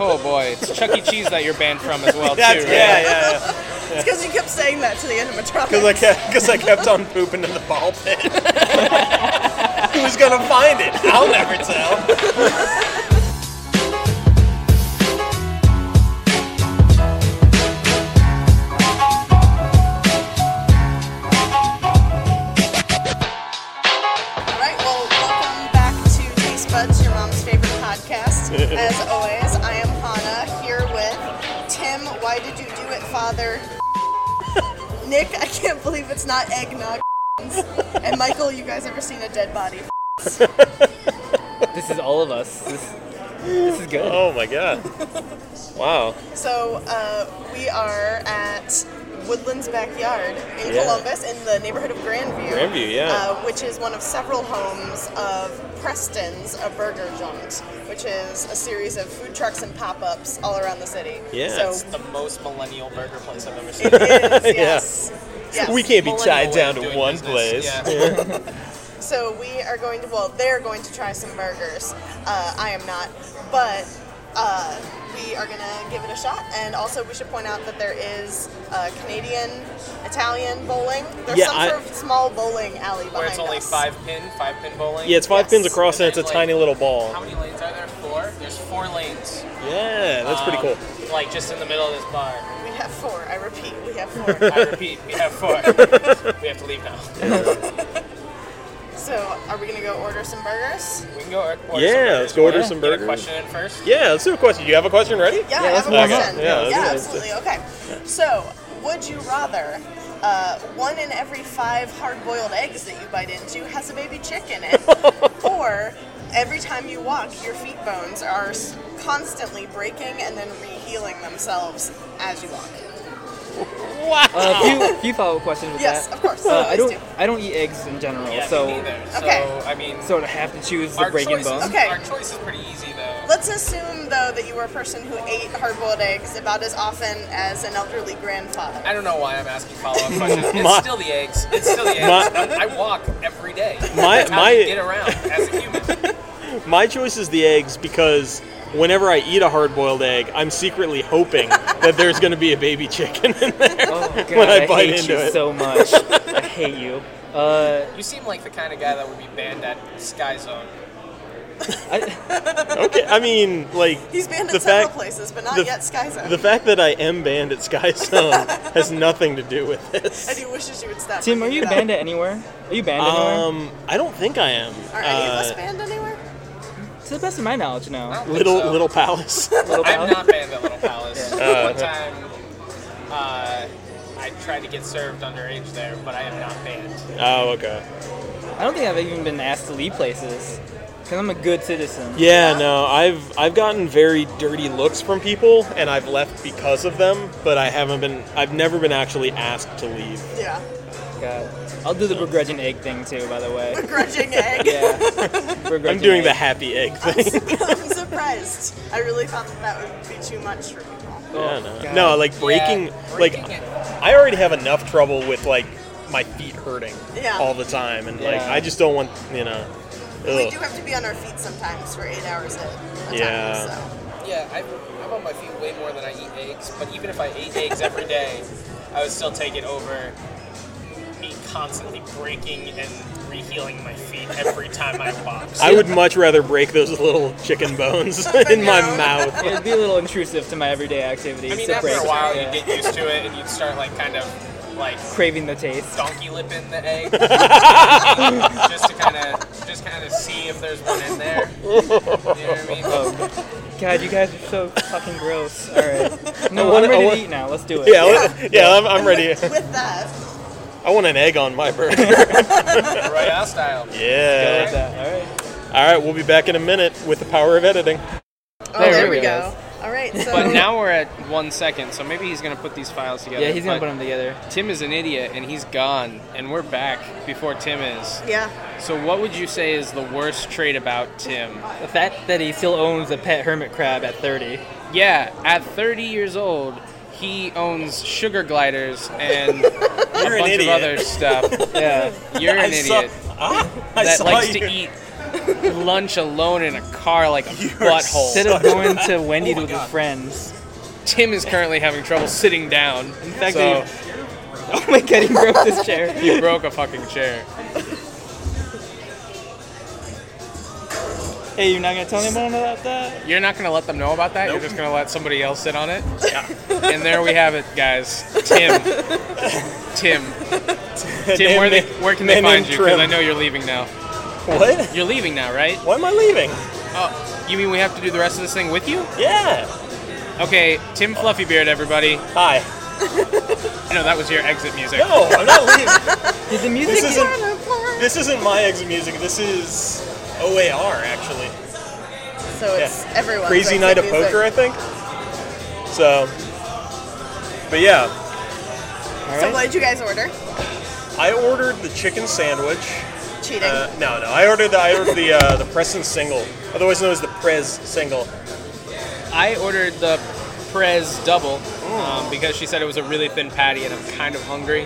Oh boy, it's Chuck E. Cheese that you're banned from as well too. That's, right? yeah, yeah, yeah. It's because you kept saying that to the animatronic. Because I kept because I kept on pooping in the ball pit. Who's gonna find it? I'll never tell. All right, well, welcome back to Taste Buds, your mom's favorite podcast. As always, I am Hannah here with Tim. Why did you do it, Father? Nick, I can't believe it's not eggnog. and Michael, you guys ever seen a dead body? This is all of us. This, this is good. Oh my god. Wow. So uh, we are at Woodlands Backyard in Yeah. Columbus, in the neighborhood of Grandview. Grandview, yeah. Uh, which is one of several homes of Preston's, a burger joint, which is a series of food trucks and pop-ups all around the city. Yeah, it's So the most millennial burger place I've ever seen. it is. Yes. yes. We can't be Millennial tied way down of to doing one business, place. yeah. So we are going to, well, they're going to try some burgers. Uh, I am not, but uh, we are going to give it a shot. And also, we should point out that there is uh, Canadian, Italian bowling. There's Yeah, some I- sort of small bowling alley behind Where it's only us. five pin, five pin bowling. Yeah, it's five Yes. pins across and it's a And then, tiny like, little How ball. many lanes are there? Four. There's four lanes. Yeah, that's pretty cool. Um, Like just in the middle of this bar. We have four. I repeat, we have four. I repeat, we have four. we have to leave now. so, are we going to go order some burgers? We can go or- order Yeah, some burgers. let's go order Wanna some get a burgers. question in first. Yeah, let's do a question. Do you have a question ready? Yeah, I let's have a move on. question. Yeah, let's do it. absolutely. Okay. So, would you rather uh, one in every five hard boiled eggs that you bite into has a baby chick in it, or every time you walk, your feet bones are s- constantly breaking and then rehealing themselves as you walk? Wow. Uh, few, few follow-up questions with Oh. Yes, that. of course. Uh, Please I don't. do. I don't eat eggs in general, Yeah, so me neither. So Okay. I mean, so to have to choose the our breaking choice, bone. Okay. Our choice is pretty easy though. Let's assume, though, that you were a person who ate hard boiled eggs about as often as an elderly grandfather. I don't know why I'm asking follow-up questions. It's My- still the eggs. It's still the eggs. My- I walk every day. My- That's how my- you get around as a human. My choice is the eggs because whenever I eat a hard-boiled egg, I'm secretly hoping that there's going to be a baby chicken in there. Oh god, When I I, bite hate into you it. so much. I hate you. Uh, You seem like the kind of guy that would be banned at Sky Zone. I, Okay, I mean, like He's been the in several fact places, but not the- yet Sky Zone. the fact that I am banned at Sky Zone has nothing to do with I this. do wish that you would stop. Tim, are bringing you it up. banned at anywhere? Are you banned anywhere? Um, I don't think I am. Are any of us Uh, banned anywhere? To the best of my knowledge, no. I don't think Little so. Little Palace. Little I'm Pal? not banned at Little Palace. Yeah. One time, uh, I tried to get served underage there, but I am not banned. oh, okay. I don't think I've even been asked to leave places because I'm a good citizen. Yeah, no, I've I've gotten very dirty looks from people, and I've left because of them. But I haven't been. I've never been actually asked to leave. Yeah. God. I'll do the begrudging egg thing too, by the way. Begrudging egg. Yeah. Begrudging I'm doing egg. the happy egg Oh, thing. I'm surprised. I really thought that that would be too much for people. yeah, Oh, no. God. no, like breaking, Yeah, like breaking it. I already have enough trouble with like my feet hurting Yeah. all the time, and like Yeah. I just don't want you know. We ugh. do have to be on our feet sometimes for eight hours a, a Yeah. time. So. Yeah, I, I'm on my feet way more than I eat eggs, but even if I ate eggs every day, I would still take it over me constantly breaking and rehealing my feet every time I walk. I would much rather break those little chicken bones in my No. mouth. It'd be a little intrusive to my everyday activities. I mean, to after break- a while, yeah. you get used to it, and you'd start like kind of like craving the taste. donkey lip in the egg, just to kind of just kind of see if there's one in there. You know what I mean? Oh, God, you guys are so fucking gross. All right. No, I wanna- I'm ready I to wanna- eat now. Let's do it. Yeah, yeah, yeah I'm, I'm ready. With that, I want an egg on my burger. Royale style. Go yeah. with that. All right. All right, we'll be back in a minute with the power of editing. oh, There there, we we go. go. All right. So But now we're at one second, so maybe he's gonna put these files together. Yeah, he's gonna but put them together. Tim is an idiot, and he's gone, and we're back before Tim is. Yeah. So, what would you say is the worst trait about Tim? The fact that he still owns a pet hermit crab at 30. Yeah, at 30 years old, he owns sugar gliders and a You're an bunch of idiot. other stuff. Yeah. You're an I idiot Saw, ah, I that saw likes you. to eat lunch alone in a car like a butthole. Instead of going to Wendy's my with God. his friends. Tim is currently having trouble sitting down. In fact, so Oh my god, he broke this chair. he broke a fucking chair. Hey, you're not gonna tell anyone about that? You're not gonna let them know about that. You're just gonna let somebody else sit on it. Yeah. and there we have it, guys. Tim. Tim. Tim, where, they, where can they man named find you? Because Trim. I know you're leaving now. What? You're leaving now, right? Why am I leaving? Oh, you mean we have to do the rest of this thing with you? Yeah. Okay, Tim Fluffybeard, everybody. Hi. No, that was your exit music. No, I'm not leaving. Did the music This isn't. This isn't my exit music. This is OAR actually. So it's Yeah. everyone. Crazy night of poker, I think. So. But yeah, So what did you guys order? I ordered the chicken sandwich. Cheating. Uh, no, no. I ordered the I ordered the uh, the Preston single, otherwise known as the Prez single. I ordered the Prez double um, because she said it was a really thin patty and I'm kind of hungry.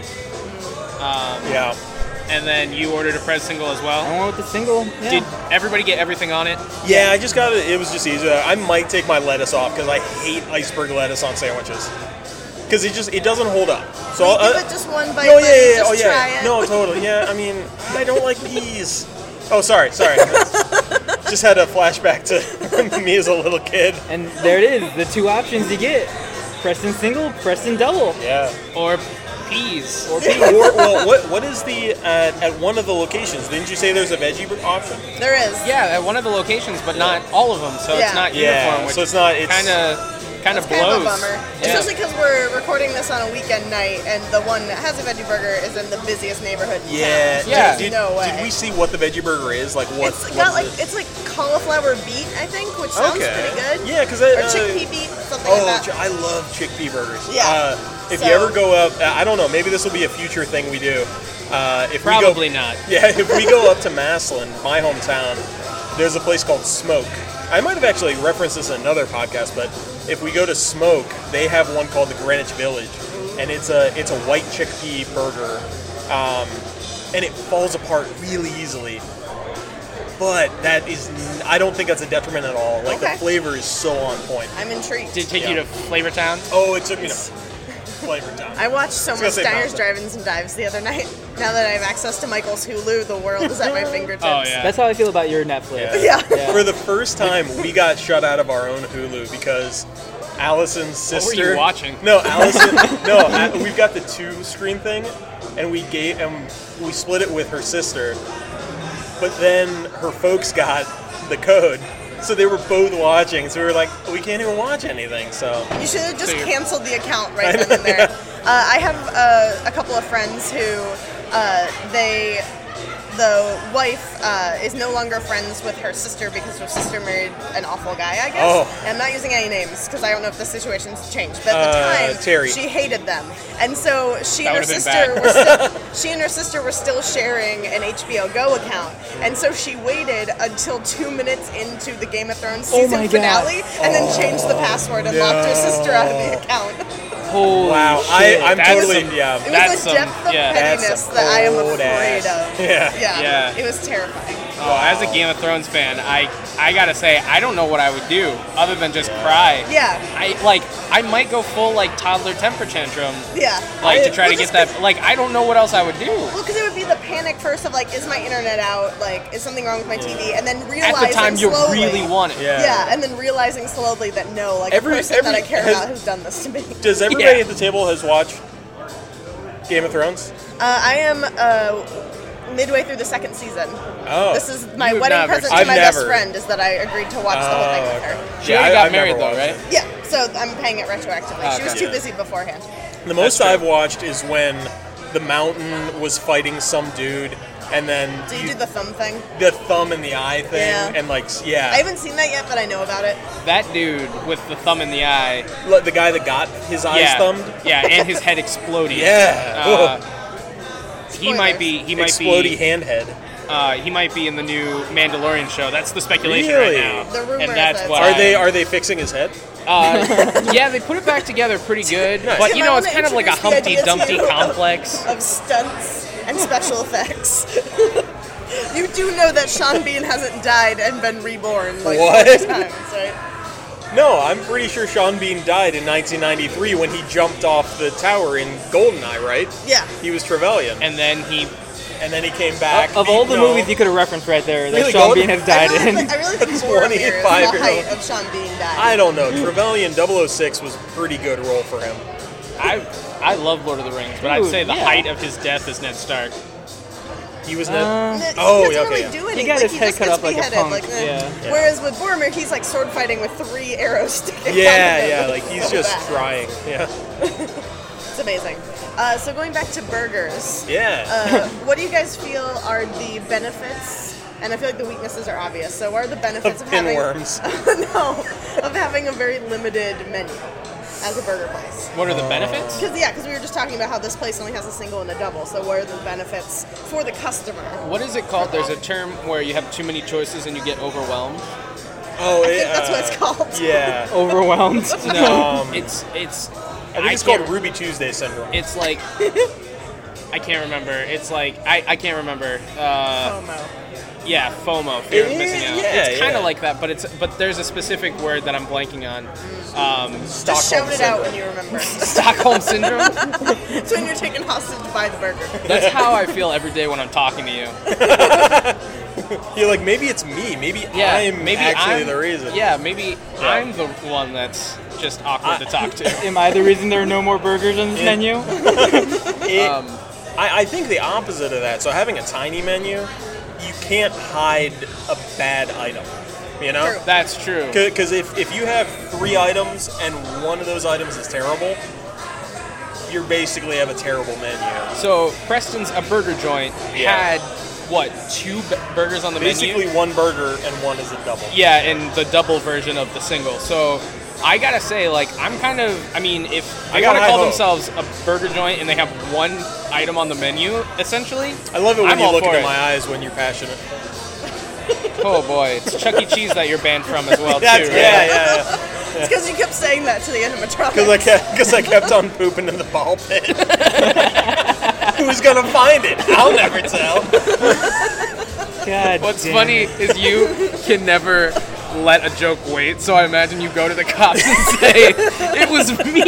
Yeah. And then you ordered a Prez single as well. I went with the single. Yeah. Did everybody get everything on it? Yeah, I just got it. It was just easier. I might take my lettuce off because I hate iceberg lettuce on sandwiches. Because it just it doesn't hold up. So I'll, Give uh, it just one bite. no, let yeah, you yeah, yeah. just oh try yeah, it. no, totally. Yeah, I mean, I don't like peas. Oh, sorry, sorry. just had a flashback to me as a little kid. and there it is, the two options you get. Preston single, Preston double. Yeah. Or peas? Or, well, what what is the uh, at one of the locations? Didn't you say there's a veggie option? There is. yeah, at one of the locations, but not all of them, so Yeah. it's not Yeah, uniform, which so it's not- it's- kind of kind of Kind blows. of a bummer, Yeah. especially because we're recording this on a weekend night, and the one that has a veggie burger is in the busiest neighborhood. in Yeah. town. Yeah. There's Did, no way. did we see what the veggie burger is? Like what? it's what got like is it? it's like cauliflower beet, I think, which sounds pretty good. Yeah, because Or chickpea beet, something Oh, like chi- that. I love chickpea burgers. Yeah. Uh, if So- you ever go up, uh, I don't know. Maybe this will be a future thing we do. Uh, if Probably we go, not. Yeah, if we go up to Maslin, my hometown, there's a place called Smoke. I might have actually referenced this in another podcast, but if we go to Smoke, they have one called the Greenwich Village, and it's a it's a white chickpea burger, um, and it falls apart really easily. But that is, n- I don't think that's a detriment at all. Like Okay. the flavor is so on point. I'm intrigued. Did it take Yeah. you to Flavor Town? Oh, it took me to flavor time. I watched so gonna much say diners, Malta. drive-ins, and dives the other night. Now that I have access to Michael's Hulu, the world is at my fingertips. Oh yeah. That's how I feel about your Netflix. Yeah. For the first time, we got shut out of our own Hulu because Allison's What sister. were you watching? No, Allison. no, I, we've got the two screen thing, and we gave and we split it with her sister. But then her folks got the code, so they were both watching. So we were like, we can't even watch anything. So You should have just So you're- canceled the account right then and there. Uh, I have uh, a couple of friends who uh, they the wife uh, is no longer friends with her sister because her sister married an awful guy, I guess. Oh. And I'm not using any names because I don't know if the situation's changed. But at Uh, the time, Terry. she hated them, and so she That and her would've been sister bad. were still, she and her sister were still sharing an HBO Go account, and so she waited until two minutes into the Game of Thrones Oh season my God. finale, and then changed the password and locked her sister out of the account. Holy wow, I, shit. I'm that's totally some- yeah. It That's was a some- depth of yeah. That's pettiness some that I am old afraid ass. of. Yeah. Yeah. It was terrifying. Oh, as a Game of Thrones fan, I I gotta say I don't know what I would do other than just cry. Yeah, I like I might go full like toddler temper tantrum, yeah. like I- to try to well, get just that. Like I don't know what else I would do. Well, because it would be the panic first of like, is my internet out? Like, is something wrong with my TV? And then At realizing the time, you slowly, really want it. Yeah. Yeah, and then realizing slowly that no, like Every- the person that I every- care has- about has done this to me. Does everybody Yeah. at the table has watched Game of Thrones? Uh, I am uh, midway through the second season. Oh, This is my You've wedding never present seen- I've to my best never. friend is that I agreed to watch the whole thing Oh, with her. She already I- got I've never married though, watched right? Yeah, so I'm paying it retroactively. Ah, she was okay. too Yeah. busy beforehand. The That's most true. I've watched is when the mountain was fighting some dude, and then Do you you- do the thumb thing? the thumb in the eye thing, Yeah. and like yeah, I haven't seen that yet, but I know about it. That dude with the thumb in the eye. Like, the guy that got his eyes yeah. thumbed. Yeah, and his head exploding. Yeah, Uh, he might Spoilers. be. He might explodey be. hand head. Uh, he might be in the new Mandalorian show. That's the speculation Really? right now. The rumor and is that's that- why. Are they are they fixing his head? Uh, yeah, they put it back together pretty good. Nice. But you Tim, I know, it's wanna kind of like a introduce the Humpty Dumpty idea to you. complex. Of stunts and special effects. You do know that Sean Bean hasn't died and been reborn like What? four times, right? No, I'm pretty sure Sean Bean died in 1993 when he jumped off the tower in Goldeneye, right? Yeah. He was Trevelyan, and, And then he then he came back. Of all the No. movies you could have referenced right there that Really, Sean Golden- Bean has I died really, in. thi- I really think Boromir is 25 the year height old. of Sean Bean dying. I don't know. Trevelyan 006 was a pretty good role for him. I I love Lord of the Rings, but I'd Ooh, say the yeah. height of his death is Ned Stark. He was Uh, Ned. N- Oh, he doesn't yeah, okay, really yeah. do anything. got like, his he head just cut gets up like a beheaded, punk, Like, eh. yeah. Yeah. Whereas with Boromir, he's like sword fighting with three arrows sticking. out of Yeah, him. yeah, like he's just Back. trying. Yeah, It's amazing. Uh, so going back to burgers, yeah. uh, what do you guys feel are the benefits? And I feel like the weaknesses are obvious. So what are the benefits of, having pinworms. no of having a very limited menu as a burger place? What Uh, are the benefits? Because yeah, because we were just talking about how this place only has a single and a double. So what are the benefits for the customer? What is it called? There's a term where you have too many choices and you get overwhelmed. oh, I think that's what it's called. Yeah, Overwhelmed. No, Um, it's it's. I think it's can't- called Ruby Tuesday syndrome. It's like I can't remember. It's like I, I can't remember. Uh, FOMO. yeah, FOMO, fear It of missing is, out. yeah, it's kind yeah. of like that, but it's but there's a specific word that I'm blanking on. Um, Just Stockholm shout it out syndrome. when you remember. Stockholm syndrome. it's when you're taken hostage by the burger. That's how I feel every day when I'm talking to you. You're like, maybe it's me. Maybe Yeah, I'm maybe actually I'm, the reason. Yeah, maybe I'm the one that's just awkward to talk to. Am I the reason there are no more burgers on this Yeah. menu? It- Um, I, I think the opposite of that. So having a tiny menu, you can't hide a bad item. You know. True. that's true. Because if, if you have three items and one of those items is terrible, you basically have a terrible menu. So Preston's a burger joint Yeah. had what two b- burgers on the Basically, menu? one burger and one is a double. Yeah, and the double version of the single. So I gotta say, like I'm kind of. I mean, if I they got want to high call themselves hopes. a burger joint and they have one item on the menu, essentially. I love it when I'm you all look for into it. my eyes when you're passionate. Oh boy, it's Chuck E. Cheese that you're banned from as well, That's, too. yeah, Right? yeah, yeah. It's because you kept saying that to the animatronic. Because I kept, cause I kept on pooping in the ball pit. Who's gonna find it? I'll never tell. God. What's damn. funny is you can never let a joke wait, so I imagine you go to the cops and say, It was me!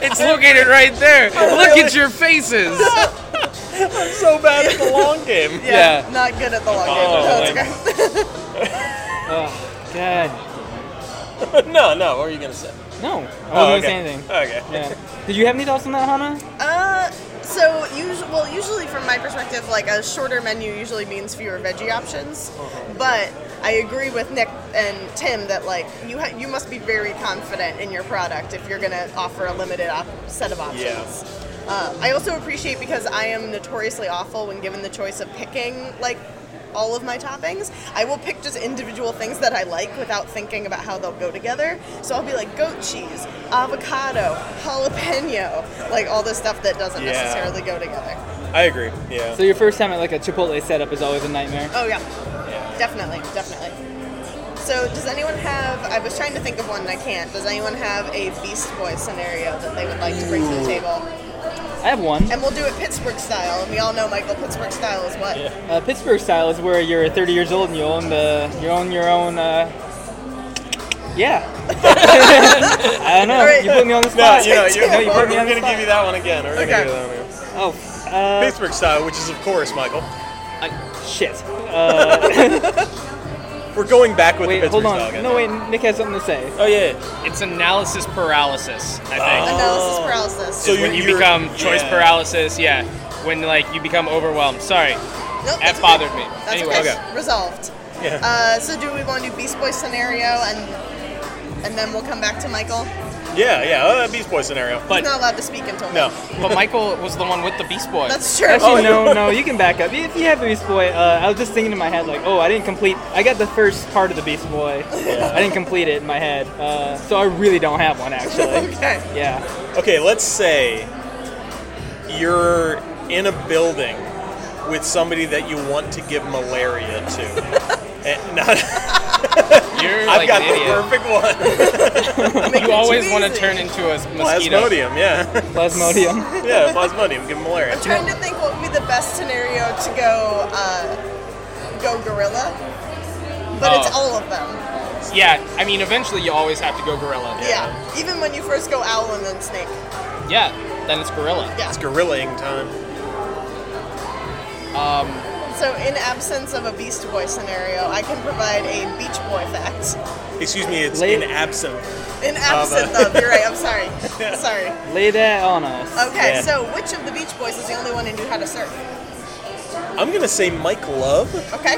it's located right there! Look at your faces! So bad at the long game. yeah, yeah. Not good at the long game. Oh, No, it's like- okay. God. No, no. What were you gonna say? No. I wasn't Oh, gonna okay. say anything. Okay. Yeah. Did you have any thoughts on that, Hannah? Uh, so usually, well, usually from my perspective, like a shorter menu usually means fewer veggie options. But I agree with Nick and Tim that like you ha- you must be very confident in your product if you're gonna offer a limited op- set of options. Uh, I also appreciate because I am notoriously awful when given the choice of picking like all of my toppings. I will pick just individual things that I like without thinking about how they'll go together. So I'll be like goat cheese, avocado, jalapeno, like all this stuff that doesn't Yeah. necessarily go together. I agree. Yeah. So your first time at like a Chipotle setup is always a nightmare. Oh yeah. Definitely, definitely. So does anyone have I was trying to think of one and I can't. Does anyone have a Beast Boy scenario that they would like to bring to the table? I have one. And we'll do it Pittsburgh style, and we all know Michael Pittsburgh style is what? Yeah. Uh, Pittsburgh style is where you're 30 years old and you own the you own your own. Uh, yeah. I don't know. Alright. You put me on the No, spot. you know, you're, No, you we're, put me on the gonna spot. give you that one again. We're Okay. gonna give you that one again. Oh, uh, Pittsburgh style, which is of course Michael. shit. Uh, We're going back with wait, the Pittsburgh hold style. on. again. No, wait. Nick has something to say. Oh yeah. It's analysis paralysis, I think. Analysis paralysis. So when you You're- become choice yeah. paralysis, yeah. When like you become overwhelmed. Sorry. Nope, That that's bothered okay. me. That's Anyway. okay. Okay. Resolved. Yeah. Uh, so do we want to do Beast Boy scenario and and then we'll come back to Michael? yeah, yeah. Uh, Beast Boy scenario. But He's not allowed to speak until no. but Michael was the one with the Beast Boy. That's true. Actually, yeah. Oh, no, no, you can back up. If you have the Beast Boy, uh, I was just thinking in my head, like, oh, I didn't complete. I got the first part of the Beast Boy. I didn't complete it in my head. Uh, so I really don't have one, actually. Okay. yeah. Okay, let's say you're in a building with somebody that you want to give malaria to. And not, You're like I've got an the idiot. perfect one. Make it You too always want to easy. turn into a mosquito. Plasmodium, yeah. Plasmodium. Yeah, plasmodium, give malaria. I'm trying to think what would be the best scenario to go uh, go gorilla, but Oh. it's all of them. Yeah, I mean, eventually you always have to go gorilla. Yeah. Even when you first go owl and then snake. Yeah, then it's gorilla. Yeah. It's gorillaing time. Um, So in absence of a Beast Boy scenario, I can provide a Beach Boy fact. Excuse me, it's Late- in absinthe. In absence uh, of, you're right. I'm sorry. sorry. Lay that on us. Okay. Yeah. So which of the Beach Boys is the only one who knew how to surf? I'm gonna say Mike Love Okay.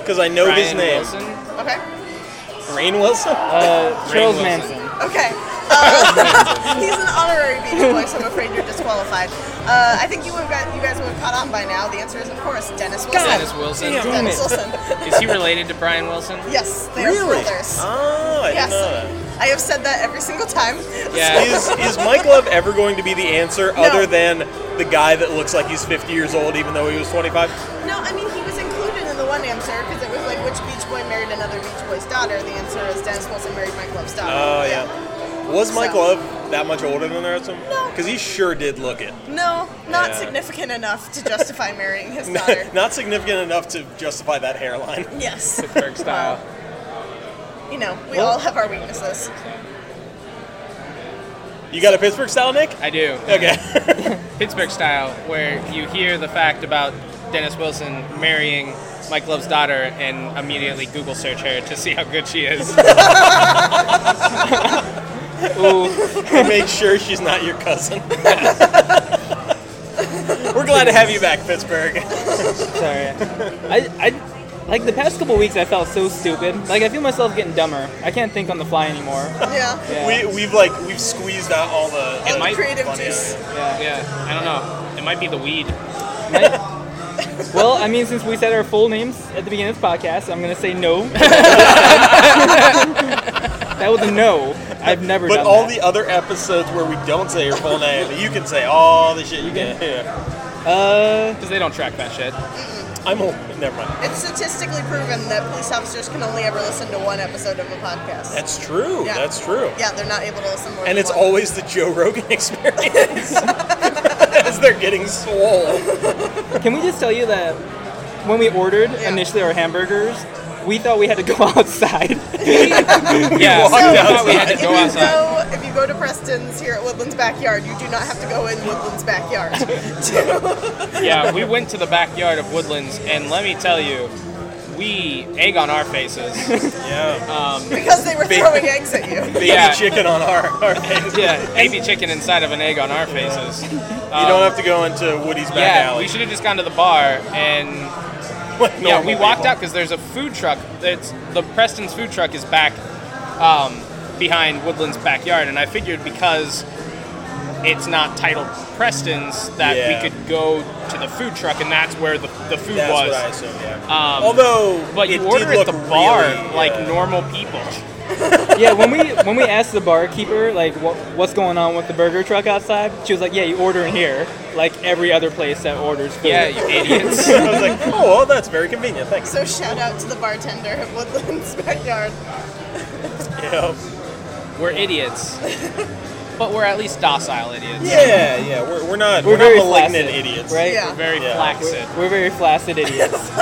because I know his Brian name. Wilson? Okay. Rain Wilson. Uh, Charles Rain Wilson. Manson. Okay. Uh, he's an honorary Beach Boy, so I'm afraid you're disqualified. Uh, I think you would have got, you guys would have caught on by now. The answer is, of course, Dennis Wilson. Dennis Wilson. Damn. Dennis it. Wilson. Is he related to Brian Wilson? yes, they are really? brothers. Oh, I yes. didn't know that. I have said that every single time. Yeah. Is, is Mike Love ever going to be the answer other than the guy that looks like he's 50 years old even though he was 25? No, I mean he was included in the one answer because it was like which Beach Boy married another Beach Boy's daughter. The answer is Dennis Wilson married Mike Love's daughter. Oh, yeah. Was Mike So- Love that much older than the rest of them? No. Because he sure did look it. No, not Uh, Yeah. significant enough to justify marrying his daughter. Not significant enough to justify that hairline. yes. Pittsburgh style. You know, we Well- all have our weaknesses. You got a Pittsburgh style, Nick? I do. Okay. Pittsburgh style, where you hear the fact about Dennis Wilson marrying Mike Love's daughter and immediately Google search her to see how good she is. Ooh, And make sure she's not your cousin. We're glad to have you back, Pittsburgh. sorry. I, I, like the past couple weeks, I felt so stupid. Like I feel myself getting dumber. I can't think on the fly anymore. Yeah. Yeah. We, we've like we've squeezed out all the All all the the creative funny- juice. yeah. yeah, I don't know. It might be the weed. Might- well, I mean, since we said our full names at the beginning of this podcast, I'm gonna say no. that was a no. I've never But done all that. the other episodes where we don't say your full name, you can say all the shit you can. Yeah. Uh, Because they don't track that shit. I'm old. Never mind. It's statistically proven that police officers can only ever listen to one episode of a podcast. That's true. Yeah. That's true. yeah, they're not able to listen more. And than it's one. always the Joe Rogan experience as they're getting swole. Uh, Can we just tell you that when we ordered Yeah. initially our hamburgers, we thought we had to go outside. Yeah, so walked we outside. thought we had to if go you outside. go, if you go to Preston's here at Woodland's backyard, you do not have to go in Woodland's backyard. Yeah, we went to the backyard of Woodlands, and let me tell you, we egg on our faces. Yeah. because they were throwing eggs at you. Baby Yeah. chicken on our, our heads. Yeah, baby chicken inside of an egg on our faces. You don't have to go into Woody's back Um, Yeah, alley. we should have just gone to the bar and like yeah, normal we walked people. out because there's a food truck. That's the Preston's food truck is back um, behind Woodland's backyard, and I figured because it's not titled Preston's that Yeah. we could go to the food truck, and that's where the, the food That's was. what I assume, yeah. Um, Although, But it you did order at look the bar really, like yeah. normal people. yeah, when we when we asked the barkeeper like what, what's going on with the burger truck outside, she was like, "Yeah, you order in here, like every other place that orders food." Yeah, you idiots. I was like, oh, well, that's very convenient. Thanks. So shout out to the bartender at Woodland's backyard. Yeah. we're idiots. But we're at least docile idiots. Yeah, yeah. We're, we're not. We're, we're, very not malignant flaccid, idiots. right? Yeah. We're very Yeah. flaccid. We're very flaccid idiots.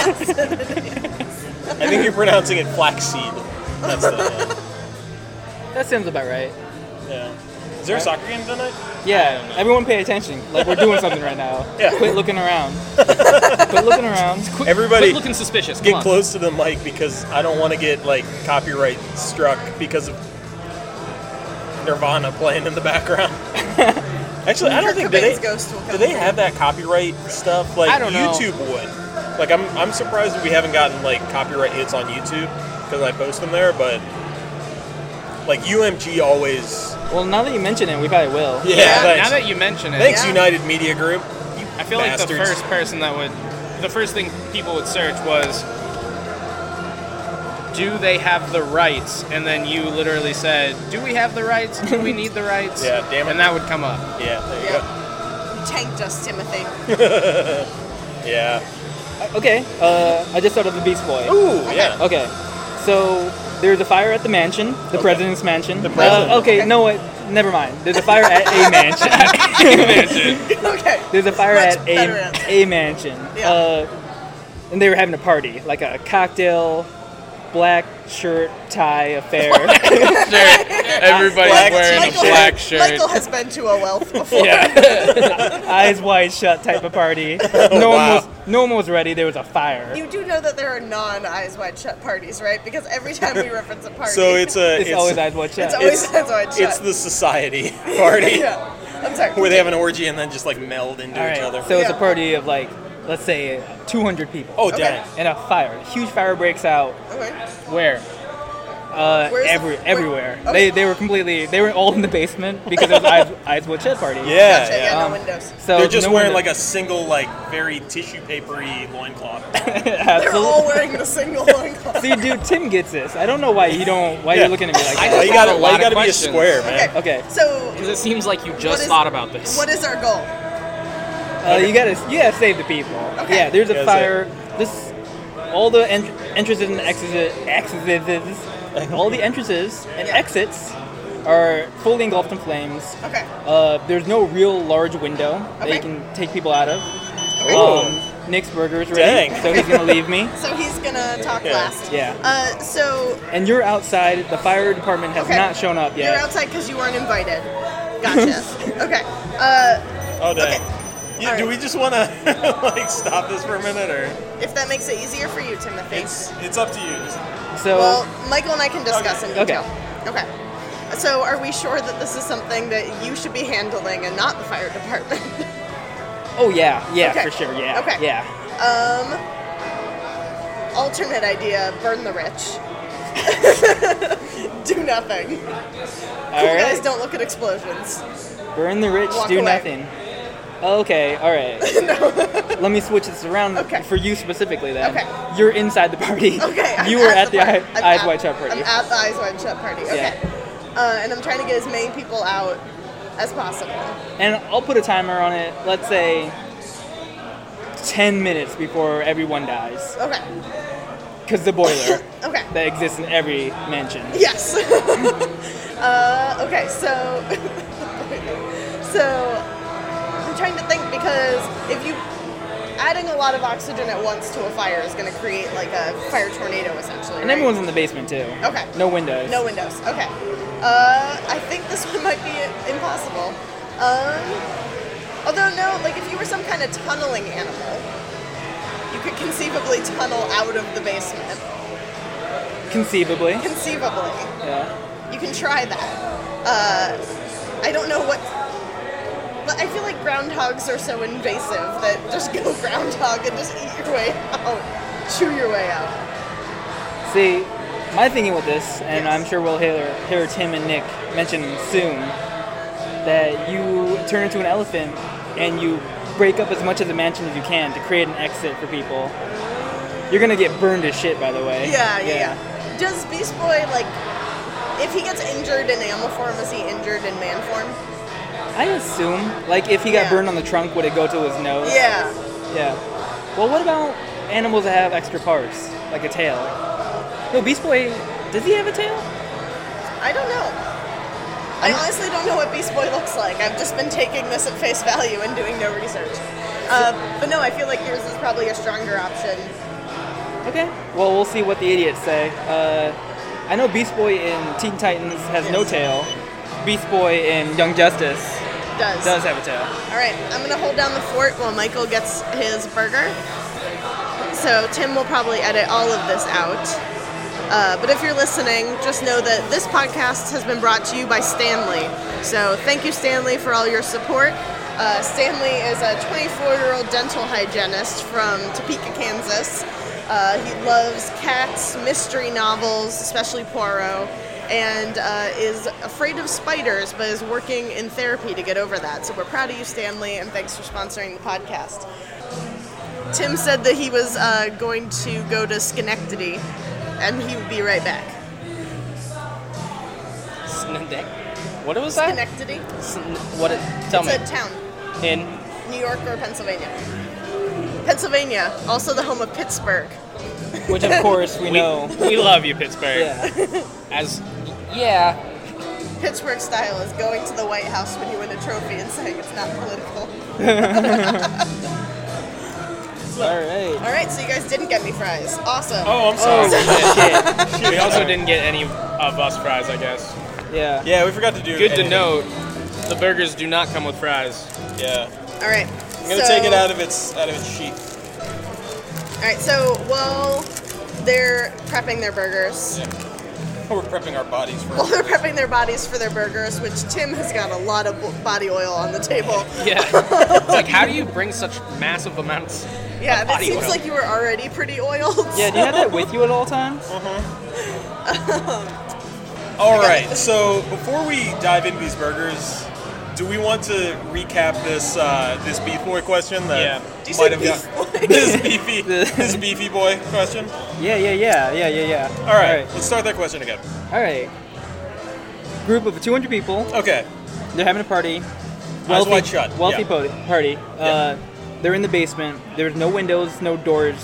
I think you're pronouncing it flaxseed. That's the. that sounds about right. Yeah. Is there a soccer game tonight? Yeah, everyone pay attention. Like we're doing something right now. Yeah. Quit looking around. Quit looking around. Quit- Everybody, quit looking suspicious. Come Get on. close to the mic because I don't want to get like copyright struck because of Nirvana playing in the background. Actually, I don't Kurt think do Cobain's they ghost will come do they have that copyright stuff like I don't know. YouTube would. Like I'm I'm surprised that we haven't gotten like copyright hits on YouTube because I post them there, but like UMG always. Well, now that you mention it, we probably will. Yeah, Yeah, thanks. Now that you mention it, thanks Yeah. United Media Group. I feel like the Bastards. first person that would, the first thing people would search was, do they have the rights? And then you literally said, do we have the rights? Do we need the rights? Yeah, damn it. And that would come up. Yeah, there you Yeah. You tanked us, Timothy. go. Yeah. Okay. Uh, I just thought of the Beast Boy. Ooh, yeah. Okay. So there's a fire at the mansion, the president's mansion. The president. Uh, okay, no, wait, never mind. There's a fire at a mansion. Okay. There's a fire Much at better a, answer. a mansion. Yeah. Uh, and they were having a party, like a cocktail, black shirt tie affair. shirt. Everybody's Black- wearing Michael- a black shirt. Michael has been to a wealth before. eyes wide shut type of party. No one Wow. was no one was ready. There was a fire. You do know that there are non eyes wide shut parties, right? Because every time we reference a party, So it's a. it's, always eyes wide shut. it's always eyes wide shut. It's the society party yeah. I'm sorry. where they have an orgy and then just like meld into All right, each other. So it's a Yeah. party of like, let's say, 200 people. oh, Okay. dang. And a fire, huge fire breaks out. Okay. Where? Uh, Where's the- every, where- everywhere. okay. They, they were completely they were all in the basement because it was eyes, eyes wide shut party. Yeah, Gotcha, yeah. yeah, no Um, windows. So They're just no wearing one- like a single, like very tissue papery loincloth. They're all wearing the single loincloth. See, dude, Tim gets this. I don't know why you don't. Why Yeah. you're looking at me like I Why that? you have gotta, a why you lot of gotta be a questions. square, man? Okay. Okay. So, Because it seems like you just is- thought about this. what is our goal? Uh, you gotta, you gotta save the people. Okay. Yeah, there's a Yeah, that's fire. This, all the en- entrances and exits, exits, all the entrances and Yeah. exits are fully engulfed in flames. Okay. Uh, there's no real large window that Okay. you can take people out of. Oh. Um, Nick's burgers ready, Dang. so he's gonna leave me. So he's gonna talk Yeah. last. Yeah. Uh, so And you're outside. The fire department has Okay. not shown up you're yet. outside because you weren't invited. Gotcha. okay. Uh, Oh, dang. Yeah, All do right. we just want to like stop this for a minute, or if that makes it easier for you, Timothy. it's it's up to you? Just, So well, Michael and I can discuss Okay. in detail. Okay. So are we sure that this is something that you should be handling and not the fire department? Oh yeah, yeah, Okay. for sure, yeah, Okay. yeah. um. Alternate idea: burn the rich. do nothing. All You guys right, don't look at explosions. burn the rich, Walk do away. nothing. Oh, Okay, all right. Let me switch this around Okay. for you specifically. Then Okay. you're inside the party. Okay. I'm you were at the, party. Eye- I'm eyes at- wide shut party. I'm at the Eyes Wide Shut party. Okay. Uh, and I'm trying to get as many people out as possible. and I'll put a timer on it. Let's say ten minutes before everyone dies, Okay. because the boiler Okay. that exists in every mansion. Yes. uh, okay. So. so. I'm trying to think because if you adding a lot of oxygen at once to a fire is going to create like a fire tornado essentially. And right? everyone's in the basement too. Okay. No windows. No windows. Okay. Uh, I think this one might be impossible. Um, although no, like if you were some kind of tunneling animal, you could conceivably tunnel out of the basement. Conceivably. Conceivably, Yeah. you can try that. Uh, I don't know what. But I feel like groundhogs are so invasive that just go groundhog and just eat your way out, chew your way out. See, my thinking with this, and Yes. I'm sure we'll hear, hear Tim and Nick mention soon, that you turn into an elephant and you break up as much of the mansion as you can to create an exit for people. You're gonna get burned as shit, by the way. Yeah, yeah, yeah. Does Beast Boy like if he gets injured in animal form, is he injured in man form? I assume, like, if he got Yeah. burned on the trunk, would it go to his nose? Yeah. Yeah. Well, what about animals that have extra parts, like a tail? No, Beast Boy, does he have a tail? I don't know. I honestly don't know what Beast Boy looks like. I've just been taking this at face value and doing no research. Uh, but no, I feel like yours is probably a stronger option. Okay. Well, we'll see what the idiots say. Uh, I know Beast Boy in Teen Titans has no Yes. tail. Beast Boy in Young Justice Does. does have a tail. All right, I'm gonna hold down the fort while Michael gets his burger. So Tim will probably edit all of this out. Uh, but if you're listening, just know that this podcast has been brought to you by Stanley. So thank you, Stanley, for all your support. Uh, Stanley is a 24 year old dental hygienist from Topeka, Kansas. Uh, he loves cats, mystery novels, especially Poirot, and uh, is afraid of spiders, but is working in therapy to get over that. So we're proud of you, Stanley, and thanks for sponsoring the podcast. Tim said that he was uh, going to go to Schenectady, and he would be right back. What was that? Schenectady? What? It, tell It's a town, me. In New York or Pennsylvania. Pennsylvania, also the home of Pittsburgh. which of course we We, know. we love you, Pittsburgh. Yeah. As yeah, Pittsburgh style is going to the White House when you win a trophy and saying it's not political. All right. All right, so you guys didn't get me fries. Awesome. Oh, I'm sorry. Shit. we also didn't get any of us fries, I guess. Yeah. Yeah, we forgot to do. good to anything. note. The burgers do not come with fries. Yeah, All right. I'm gonna take it out of its out of its sheath. All right, so while they're prepping their burgers, We're prepping our bodies for. while they're prepping their bodies for their burgers, which Tim has got a lot of bo- body oil on the table. Yeah. it's like how do you bring such massive amounts? Yeah, that body seems oil. like you were already pretty oiled. Yeah. Do you have that with you at all times? All right. So before we dive into these burgers, do we want to recap this uh, this beef boy question? That Yeah. Do you might say have beef got- boy? this beefy this beefy boy question. Yeah. Yeah. Yeah. Yeah. Yeah. Yeah. All right, let's start that question again. All right. Group of 200 people. Okay. They're having a party. Eyes wide shut. Wealthy yeah. po- party. Uh, They're in the basement. There's no windows, no doors.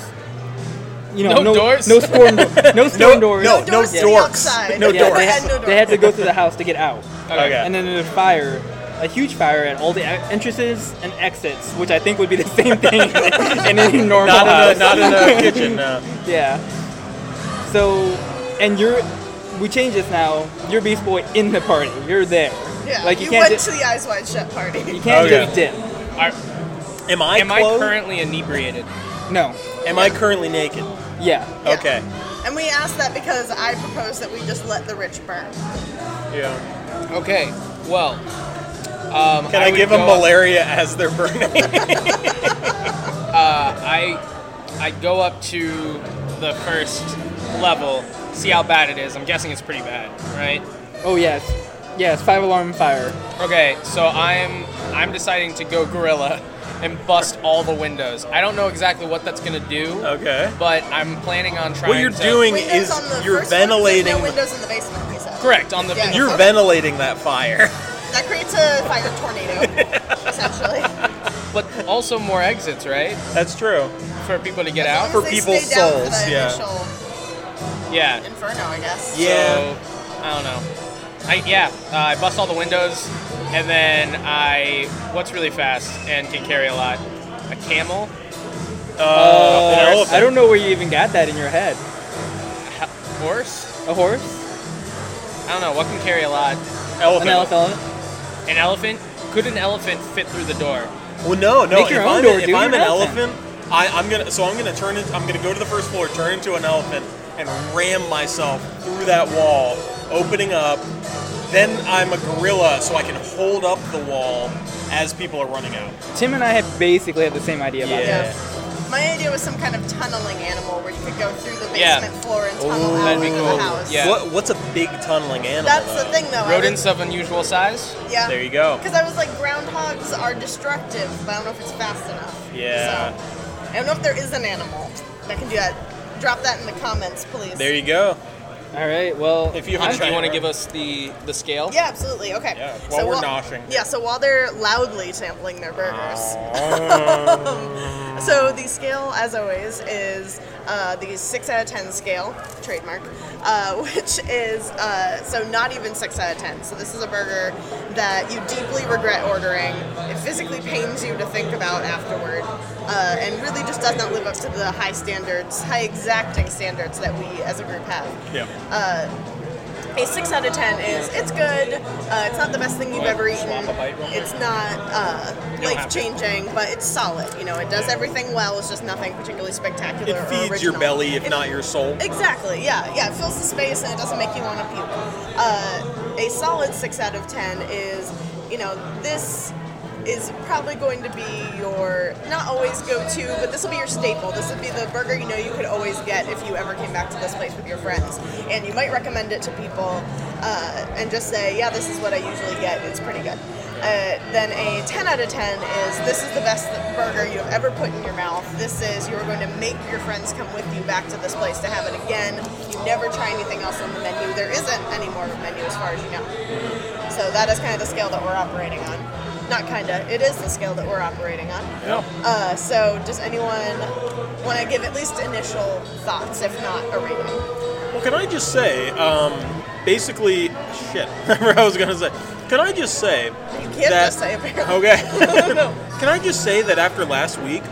You know, No no doors? No storm. do- no storm doors. no, No doors to the dorks. outside. No Yeah, doors. They They had, had no they had to doors. go through the house to get out. Okay. And then there's a fire, a huge fire at all the e- entrances and exits, which I think would be the same thing in any normal Not in house. a, not in a kitchen. uh, No. Yeah. So, and you're, we change this now. You're Beast Boy in the party. You're there. Yeah, Like you, you, can't. went ju- to the Eyes Wide Shut party. you can't Oh, yeah. just dip. Are, Am I am I clothed? currently inebriated? No. Am I currently naked? Yeah. Yeah. Okay. And we asked that because I proposed that we just let the rich burn. Yeah. Okay. Well. Um, Can I, would give them go- malaria as they're burning? Uh, I I go up to the first level, see how bad it is. I'm guessing it's pretty bad, right? Oh yes. Yes. Five alarm fire. Okay, so I'm I'm deciding to go gorilla and bust all the windows. I don't know exactly what that's gonna do, okay. but I'm planning on trying. What you're to- doing Windows is on the you're first floor, there's ventilating. No windows in the basement. We said. Correct on the. Yeah. You're Okay. ventilating that fire. That creates a fire tornado, essentially. But also more exits, right? That's true. For people to get As long out. as For they people's stay down souls, For the yeah. Initial Yeah. inferno, I guess. Yeah. So, I don't know. I yeah. Uh, I bust all the windows, and then I what's really fast and can carry a lot. A camel. an Uh, elephant. I don't know where you even got that in your head. A ho- horse? A horse? I don't know. What can carry a lot? An Elephant. elephant? An elephant? Could an elephant fit through the door? Well, no, no. Make your if own I'm, door, if dude, I'm an you're an elephant. elephant, I, I'm gonna. So I'm gonna turn into. I'm gonna go to the first floor, turn into an elephant, and ram myself through that wall, opening up. Then I'm a gorilla, so I can hold up the wall as people are running out. Tim and I have basically have the same idea about Yeah. that. My idea was some kind of tunneling animal where you could go through the basement Yeah. floor and tunnel Ooh. out That'd be into cool. the house. Yeah. What, what's a big tunneling animal? That's though? the thing, though. I Rodents was- of unusual size? Yeah. There you go. Because I was like, groundhogs are destructive, but I don't know if it's fast enough. Yeah. So, I don't know if there is an animal that can do that. Drop that in the comments, please. There you go. All right. Well, If you Do haven't you tried want it, to give us the the scale? Yeah, absolutely. Okay. Yeah, while we're noshing. Oh. Yeah, so while they're loudly sampling their burgers. so the scale, as always, is uh, the 6 out of 10 scale, trademark, uh, which is, uh, so not even 6 out of 10. So this is a burger that you deeply regret ordering. It physically pains you to think about afterward. Uh, and really just does not live up to the high standards, high exacting standards that we as a group have. Yeah. Uh, A six out of ten is it's good. Uh, it's not the best thing you've ever eaten. It's not uh, life changing, but it's solid. You know, it does everything well. It's just nothing particularly spectacular. It or feeds your original. belly, if It- not your soul. Exactly. Yeah. Yeah. It fills the space and it doesn't make you want to puke. Uh, a solid six out of ten is, you know, this is probably going to be your not always go-to, but this will be your staple. This would be the burger you know you could always get if you ever came back to this place with your friends, and you might recommend it to people, uh, and just say, yeah, this is what I usually get. It's pretty good. Uh, then a 10 out of 10 is this is the best burger you've ever put in your mouth. This is you are going to make your friends come with you back to this place to have it again. You never try anything else on the menu. There isn't any more of a menu as far as you know. So that is kind of the scale that we're operating on. Not kinda. It is the scale that we're operating on. Yeah. Uh, so, does anyone want to give at least initial thoughts, if not a rating? Well, can I just say, um, basically, shit. Remember what I was gonna say. Can I just say You can't that? just say apparently. Okay. Can I just say that after last week,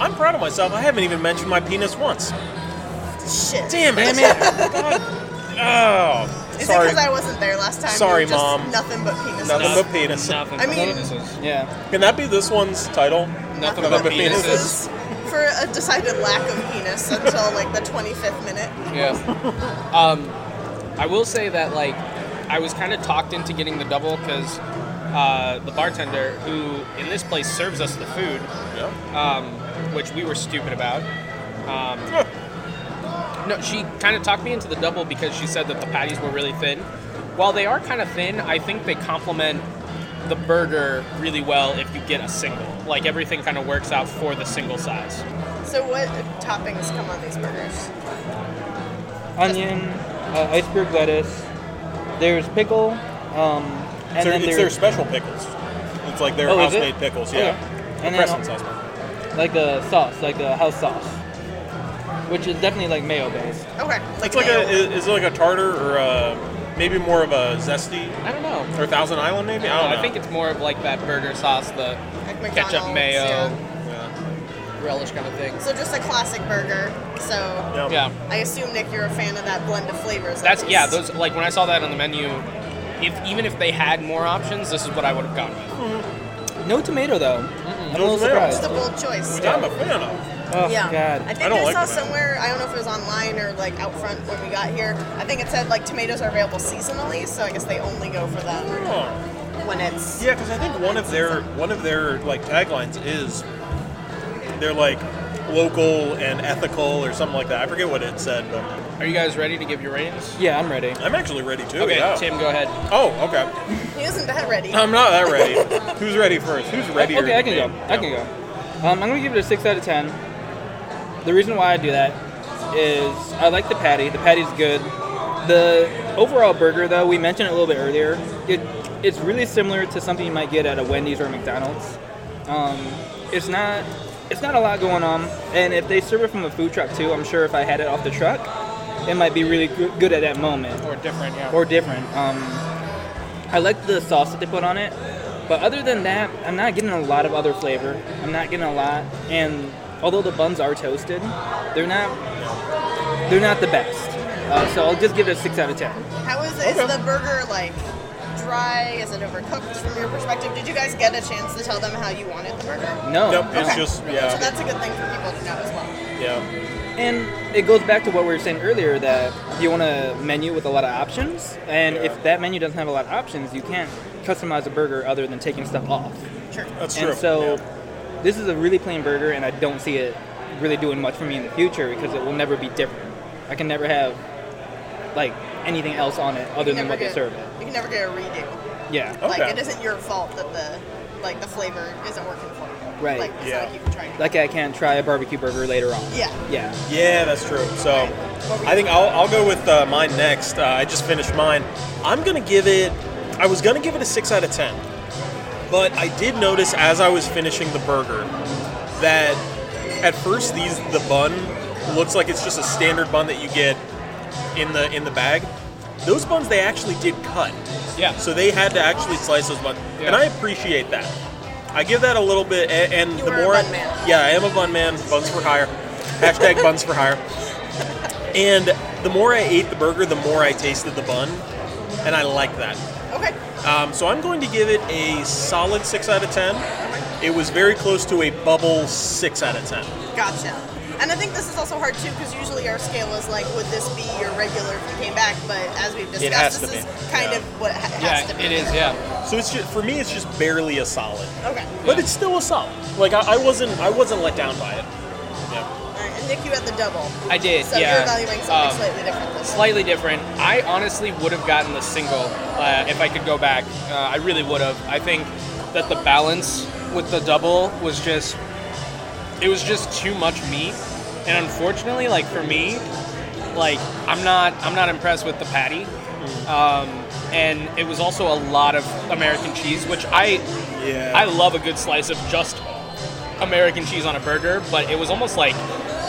I'm proud of myself. I haven't even mentioned my penis once. Shit. Damn it! God. Oh, Is sorry. it because I wasn't there last time? Sorry, You were just Mom. Nothing but penises. Nothing Nothing. but penis. Nothing I but mean- penises. Yeah. Can that be this one's title? Nothing but but penises. penises. For a decided lack of penis until like the 25th minute. Yeah. Um, I will say that like I was kind of talked into getting the double because uh, the bartender who in this place serves us the food, Yeah. um, which we were stupid about. Um, no, she kind of talked me into the double because she said that the patties were really thin. While they are kind of thin, I think they complement the burger really well if you get a single. Like everything kind of works out for the single size. So, what toppings come on these burgers? Onion, uh, iceberg lettuce. There's pickle. Um, and It's, their, then it's their there's special pickles. It's like their Oh, is it? house-made pickles. Okay. Yeah. And then- Crescent sauce. like a sauce, like a house sauce, which is definitely like mayo based. Okay. It's like a is is it like a tartar or a, maybe more of a zesty I don't know. or Thousand Island maybe? I don't know. I think it's more of like that burger sauce, the Like ketchup, McDonald's, mayo, yeah. Yeah. relish kind of thing. So, just a classic burger. So, Yeah. Yeah, I assume, Nick, you're a fan of that blend of flavors. at that's yeah. least. Those like when I saw that on the menu, if even if they had more options, this is what I would have gone with. No tomato though. I'm a No little tomato. It's surprised. the bold choice. Which I'm a fan of. Oh yeah. I god. think I, I don't like saw tomato. somewhere, I don't know if it was online or like out front when we got here. I think it said like tomatoes are available seasonally, so I guess they only go for them Oh. when it's Yeah, because I think one of their one of their like taglines is they're like local and ethical or something like that. I forget what it said, but Are you guys ready to give your ratings? Yeah, I'm ready. I'm actually ready too. Okay, yeah. Tim, go ahead. Oh, okay. He isn't that ready. I'm not that ready. Who's ready first? Who's ready? Okay, I can go. I can go. Um, I'm gonna give it a six out of ten. The reason why I do that is I like the patty. The patty's good. The overall burger, though, we mentioned it a little bit earlier. It it's really similar to something you might get at a Wendy's or McDonald's. Um, it's not it's not a lot going on, and if they serve it from a food truck too, I'm sure if I had it off the truck, it might be really goo- good at that moment Or different, yeah. or different. Um, I like the sauce that they put on it, but other than that, I'm not getting a lot of other flavor. I'm not getting a lot, and although the buns are toasted, they're not they're not the best. Uh, so I'll just give it a six out of ten. How is it? Is the burger like dry? Is it overcooked from your perspective? Did you guys get a chance to tell them how you wanted the burger? No, Nope, no. it's just So yeah, that's a good thing for people to know as well. yeah. and it goes back to what we were saying earlier that you want a menu with a lot of options, and if that menu doesn't have a lot of options, you can't customize a burger other than taking stuff off. Sure. That's true. And so, yeah. this is a really plain burger, and I don't see it really doing much for me in the future because it will never be different. I can never have like anything else on it other You than never what they get- serve it. You can never get a redo. Oh. Yeah, Okay. Like it isn't your fault that the like the flavor isn't working for you. Right. Like it's Yeah. not like you can try. it. like I can't try a barbecue burger later on. Yeah. yeah. Yeah, that's true. So I think I'll, I'll go with uh, mine next. Uh, I just finished mine. I'm going to give it, I was going to give it a 6 out of 10. But I did notice as I was finishing the burger that at first these the bun looks like it's just a standard bun that you get in the in the bag. Those buns they actually did cut. Yeah. So they had to actually slice those buns, Yeah. and I appreciate that. I give that a little bit, and, and You the are a more, bun man. yeah, I am a bun man. Buns for hire. Hashtag buns for hire. And the more I ate the burger, the more I tasted the bun, and I like that. Okay. Um, so I'm going to give it a solid six out of ten. It was very close to a bubble six out of ten. Gotcha. And I think this is also hard too because usually our scale is like, would this be your regular if you came back? But as we've discussed, has to this is be. kind Yeah. of what ha- has to Yeah, be. it is. Yeah. So it's just, for me, it's just barely a solid, Okay. but it's still a solid. Like I, I wasn't, I wasn't let down by it. Yeah. All right. And Nick, you had the double. I did. So yeah. you're evaluating something Um, slightly different this time. slightly different. I honestly would have gotten the single uh, if I could go back. Uh, I really would have. I think that the balance with the double was just it was just too much meat, and unfortunately, like for me, like I'm not I'm not impressed with the patty. Um, and it was also a lot of American cheese, which I Yeah. I love a good slice of just American cheese on a burger, but it was almost like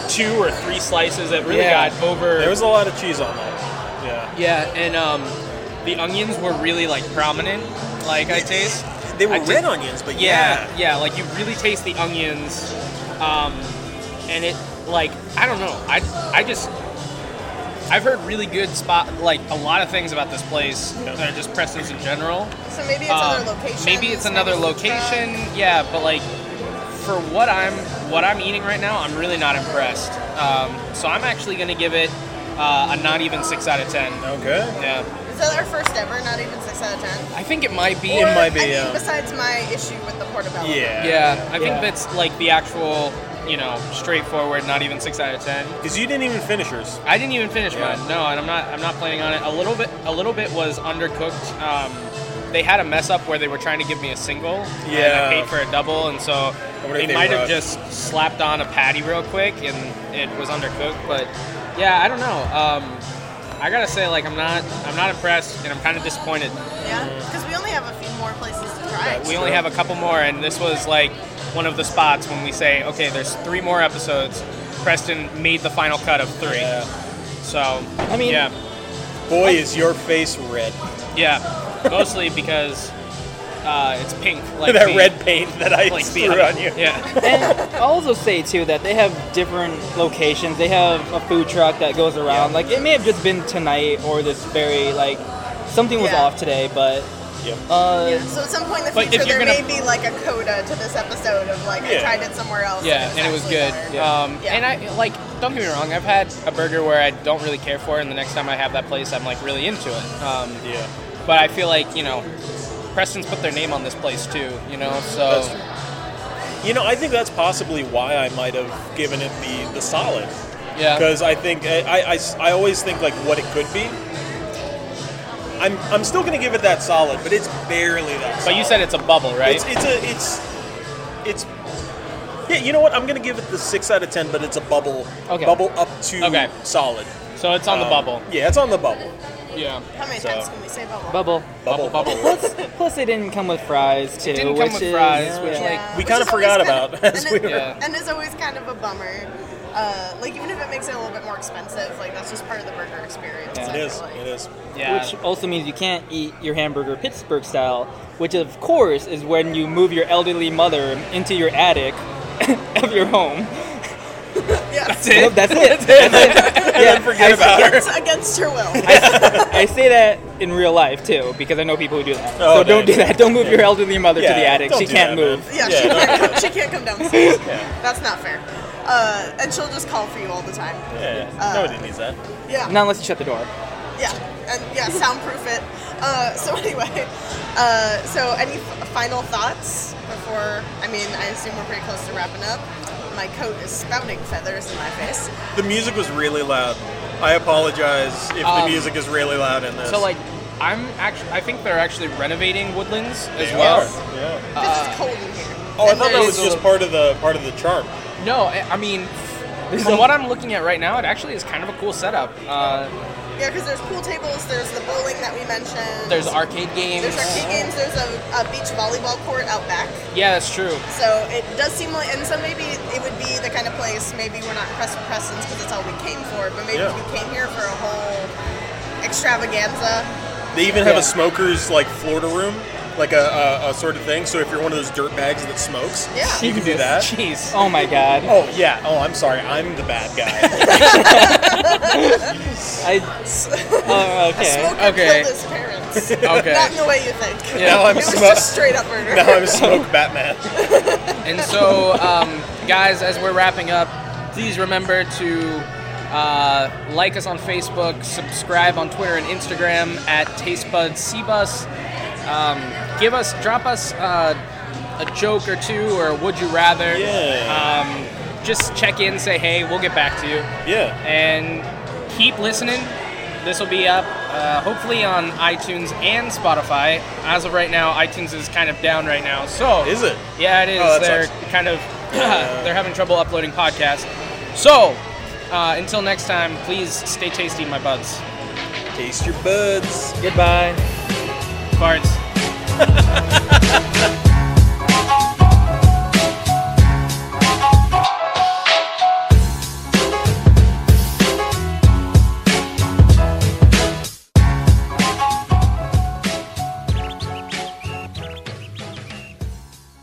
two or three slices that really Yeah. got over. There was a lot of cheese on that. Yeah. yeah, and um, the onions were really like prominent. Like I taste. They were I red did- onions, but Yeah, yeah. yeah, like you really taste the onions, um, and it like I don't know. I I just I've heard really good spot like a lot of things about this place, Yeah. uh, just Preston's in general. So maybe it's Um, other location. Maybe it's another location. Yeah, but like for what I'm what I'm eating right now, I'm really not impressed. Um, so I'm actually gonna give it uh, a not even six out of ten. Okay. Yeah, Is that our first ever? Not even six out of ten. I think it might be. It Or, might be, I mean, yeah. Besides my issue with the portobello. Yeah. yeah, I think Yeah. that's like the actual, you know, straightforward, not even six out of ten. Because you didn't even finish yours. I didn't even finish Yeah. mine. No, and I'm not. I'm not planning on it. A little bit. A little bit was undercooked. Um, they had a mess up where they were trying to give me a single. And Yeah. I paid for a double, and so wonder if they, they might have rushed. just slapped on a patty real quick, and it was undercooked. But yeah, I don't know. Um, I gotta say, like, I'm not. I'm not impressed, and I'm kind of disappointed. Yeah. Because we only have a few more places to try. We only have a couple more, and this was like one of the spots when we say, okay, there's three more episodes. Preston made the final cut of three. So I mean- yeah. Boy, is your face red. Yeah, mostly because uh, it's pink. Like that the- red paint that I like the threw on you. Yeah, and I'll also say too that they have different locations. They have a food truck that goes around. Like it may have just been tonight or this very like something was Yeah. off today, but Yep. uh, So at some point in the But if future, you're there may gonna- be like a coda to this episode of like Yeah. I tried it somewhere else. yeah, and it was actually good. better. Um, Yeah. And I like, don't get me wrong, I've had a burger where I don't really care for, it, and the next time I have that place, I'm like really into it. Um, Yeah. But I feel like you know, Preston's put their name on this place too. You know, so That's true. You know, I think that's possibly why I might have given it the, the solid. yeah, Because I think, I, I- I s- I always think like what it could be. I'm, I'm still going to give it that solid, but it's barely that solid. but you said it's a bubble, right? It's, it's a, it's, it's, yeah, you know what? I'm going to give it the 6 out of 10, but it's a bubble. Okay. Bubble up to Okay. solid. so it's on the Um, bubble. Yeah, it's on the bubble. Yeah. How many So- times can we say bubble? Bubble, bubble. bubble. Plus, plus they didn't come with fries too, didn't come which with is fries, which, yeah. like, we Which kinda is always forgot kind about as and we it- were- Yeah. And it's always kind of a bummer. Uh, like even if it makes it a little bit more expensive, like that's just part of the burger experience. Yeah. I It feel is. like. It is. Yeah. Which also means you can't eat your hamburger Pittsburgh style, which of course is when you move your elderly mother into your attic of your home. Yeah. That's it. That's it. That's it. Yeah, forget I- about her. It's against her will. I, I say that in real life too, because I know people who do that. Oh, so don't dude. do that. Don't move your elderly mother to Yeah, the attic. don't She do can't that, man. move. Yeah, Yeah. She, can't come, she can't come downstairs. Yeah. That's not fair. Uh, and she'll just call for you all the time. Yeah, Uh, nobody needs that. Yeah. Not unless you shut the door. Yeah. And yeah, soundproof it. Uh, so anyway, uh, so any f- final thoughts before? I mean, I assume we're pretty close to wrapping up. My coat is spouting feathers in my face. The music was really loud. I apologize if Um, the music is really loud in this. So like, I'm actually. I think they're actually renovating Woodlands as They well. are, yeah. 'Cause it's cold in here. Oh, I And thought that there's- was just part of the part of the charm. No, I I mean, from what I'm looking at right now, it actually is kind of a cool setup. Uh, Yeah, because there's pool tables. There's the bowling that we mentioned. there's arcade games. There's arcade games. There's a, a beach volleyball court out back. Yeah, that's true. So it does seem like, and so maybe it would be the kind of place. Maybe we're not impressed with Preston's because that's all we came for. But maybe Yeah. we came here for a whole extravaganza. They even have Yeah. a smokers like Florida room, like a, a, a sort of thing. So if you're one of those dirt bags that smokes, Yeah. you can do Jesus. that. Jeez. Oh my god. Oh yeah. Oh, I'm sorry. I'm the bad guy. I. Oh, okay. Smoker Okay. killed his parents. Not in Okay. the way you think. Yeah. Now I'm it was smo- just straight up murder. now I'm smoke Batman. And so, um, guys, as we're wrapping up, please remember to uh, like us on Facebook, subscribe on Twitter and Instagram at TasteBudsCBus. Um, give us, drop us uh, a joke or two, or would you rather? Yeah. Um, just check in, say hey, we'll get back to you. Uh, Yeah. and keep listening. This will be up uh, hopefully on iTunes and Spotify. As of right now, iTunes is kind of down right now. So Is it? Yeah, it is. Oh, that they're sucks. kind of they're having trouble uploading podcasts. So uh, until next time, please stay tasty, my buds. Taste your buds. Goodbye. farts.